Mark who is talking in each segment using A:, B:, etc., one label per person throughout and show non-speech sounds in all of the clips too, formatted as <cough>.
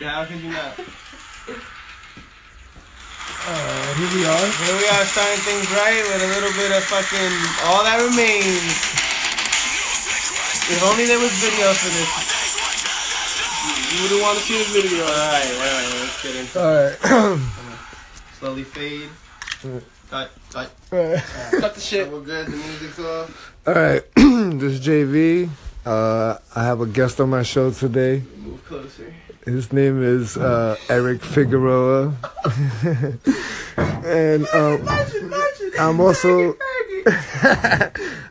A: Yeah, how can you not?
B: Uh, here we are.
A: Here we are starting things right with a little bit of fucking all that remains. If only there was video for this. You wouldn't want to see the video. Alright, alright, let's get into it.
B: All
A: Slowly fade. Cut, cut,
B: right.
A: Mm.
B: <clears throat>
A: cut the shit. We're good, the music's off.
B: All right. <clears throat> this is JV. Uh, I have a guest on my show today.
A: Move closer.
B: His name is uh, Eric Figueroa. <laughs> and um, I'm also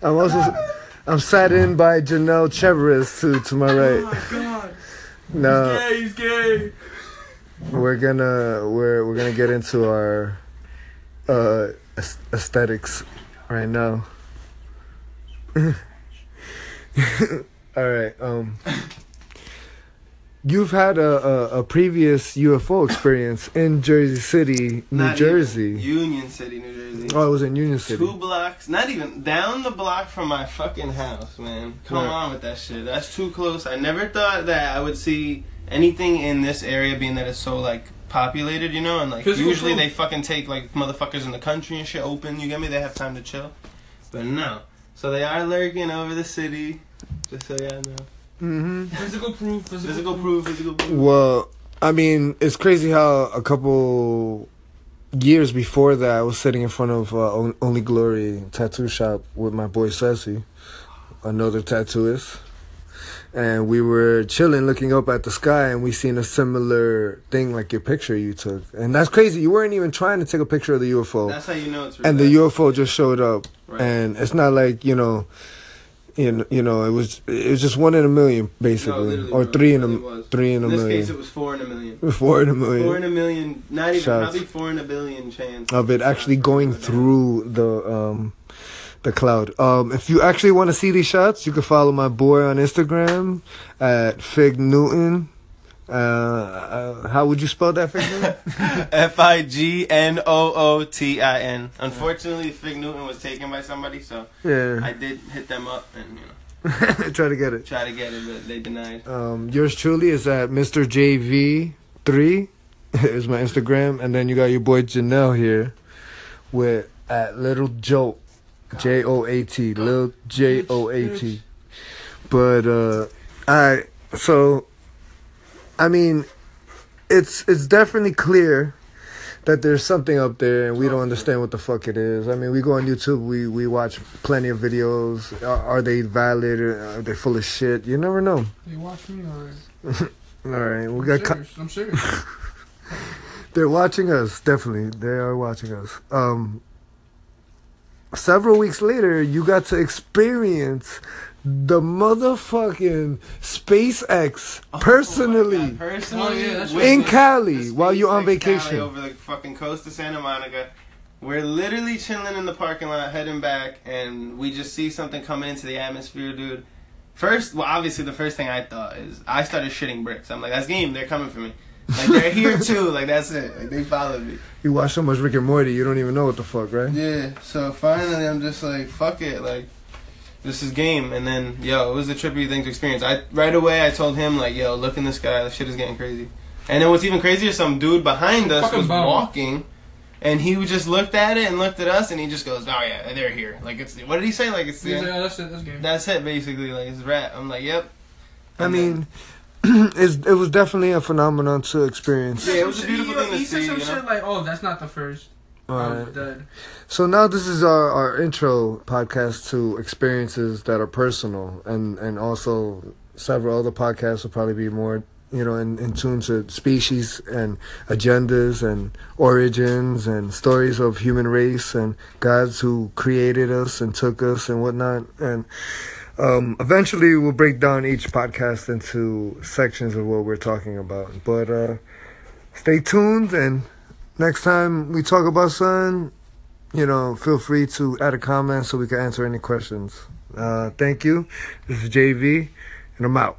B: I'm also I'm sat in by Janelle Cheveris to to my right.
A: God.
B: Now
A: Hey, he's gay.
B: we're gonna we're we're gonna get into our uh aes- aesthetics right now. <laughs> All right. Um, you've had a, a a previous UFO experience in Jersey City, New
A: Not
B: Jersey.
A: even- Union City, New Jersey.
B: Oh, it was in Union City.
A: Two blocks, not even down the block from my fucking house, man. Come
B: Right.
A: on with that shit. That's too close. I never thought that I would see anything in this area, being that it's so like populated, you know. And like
C: Physical
A: usually
C: proof.
A: they fucking take like motherfuckers in the country and shit open. You get me? They have time to chill, but no. So they are lurking over the city. Just so y'all know.
B: Mm-hmm.
C: Physical proof. Physical,
A: Physical proof. Physical proof.
B: Well, I mean, it's crazy how a couple years before that, I was sitting in front of uh, On- Only Glory tattoo shop with my boy Sassy, another tattooist. And we were chilling, looking up at the sky, and we seen a similar thing like your picture you took. And that's crazy. You weren't even trying to take a picture of the UFO
A: That's how you know it's.
B: Oh. and the
A: real.
B: UFO just showed up,
A: Right.
B: and it's not like you know, you know, you know, it was it was just one in a million basically,
A: literally,
B: or
A: bro,
B: three in a
A: it really was.
B: three in a
A: In this
B: million,
A: case, it was four in a million.
B: four in a million
A: Four in a million, not even
B: Shots.
A: probably four in a billion chance
B: of it actually going through the um the cloud. Um, if you actually want to see these shots, you can follow my boy on Instagram at Fig Newton. Uh, uh, how would you spell that? Fig
A: <laughs>
B: Newton?
A: F I G N O O T I N. Unfortunately, Fig Newton was taken by somebody, so I
B: yeah,
A: did hit them up and you know
B: <laughs> try to get it.
A: try to get it, but they denied.
B: Um, yours truly is at Mr. JV3 <laughs> is my Instagram, and then you got your boy Janelle here with at Little Jolt J O A T Little J O A T. But uh, I so I mean, it's it's definitely clear that there's something up there and we don't understand what the fuck it is. I mean, we go on YouTube, we we watch plenty of videos. Are, are they valid? Or are they full of shit? You never know.
C: They watch me or
B: All right, we
C: I'm
B: got. co-
C: serious. I'm serious.
B: they're watching us. Definitely, they are watching us. Um, several weeks later, you got to experience the motherfucking SpaceX
A: Oh my
B: personally
A: God, personally,
C: Oh, yeah, that's
A: with
C: right.
B: in
A: the-
B: Cali
A: the
B: while you're on
A: SpaceX
B: vacation.
A: Cali over the fucking coast of Santa Monica. We're literally chilling in the parking lot, heading back, and we just see something coming into the atmosphere, dude. First, well, obviously, the first thing I thought is I started shitting bricks. I'm like, that's game. They're coming for me. Like they're
B: <laughs>
A: here too. Like that's it. Like they followed me.
B: You watch so much Rick and Morty, you don't even know what the fuck, right?
A: Yeah, so finally I'm just like, fuck it, like this is game and then yo, it was a trippy thing to experience. I right away I told him like, yo, look in the sky, the shit is getting crazy. And then what's even crazier, some dude behind us
C: Fucking
A: was
C: bum.
A: walking and he just looked at it and looked at us and he just goes, Oh yeah, they're here. Like it's what did he say? Like it's
C: He's like,
A: the
C: oh, that's it. That's game.
A: that's it basically, like it's a wrap. I'm like, Yep.
B: I mean, <clears throat> it's, it was definitely a phenomenon to experience.
A: Yeah, it was a
C: He-
A: beautiful thing to
C: He said
A: see,
C: some
A: you know?
C: shit like, "Oh, that's not the first. um,
B: Alright.
C: I'm dead.
B: So now this is our, our intro podcast to experiences that are personal and, and also several other podcasts will probably be more, you know, in, in tune to species and agendas and origins and stories of human race and gods who created us and took us and whatnot. And um, eventually we'll break down each podcast into sections of what we're talking about. But uh, stay tuned and next time we talk about something you know, feel free to add a comment so we can answer any questions. Uh, thank you. This is JV, and I'm out.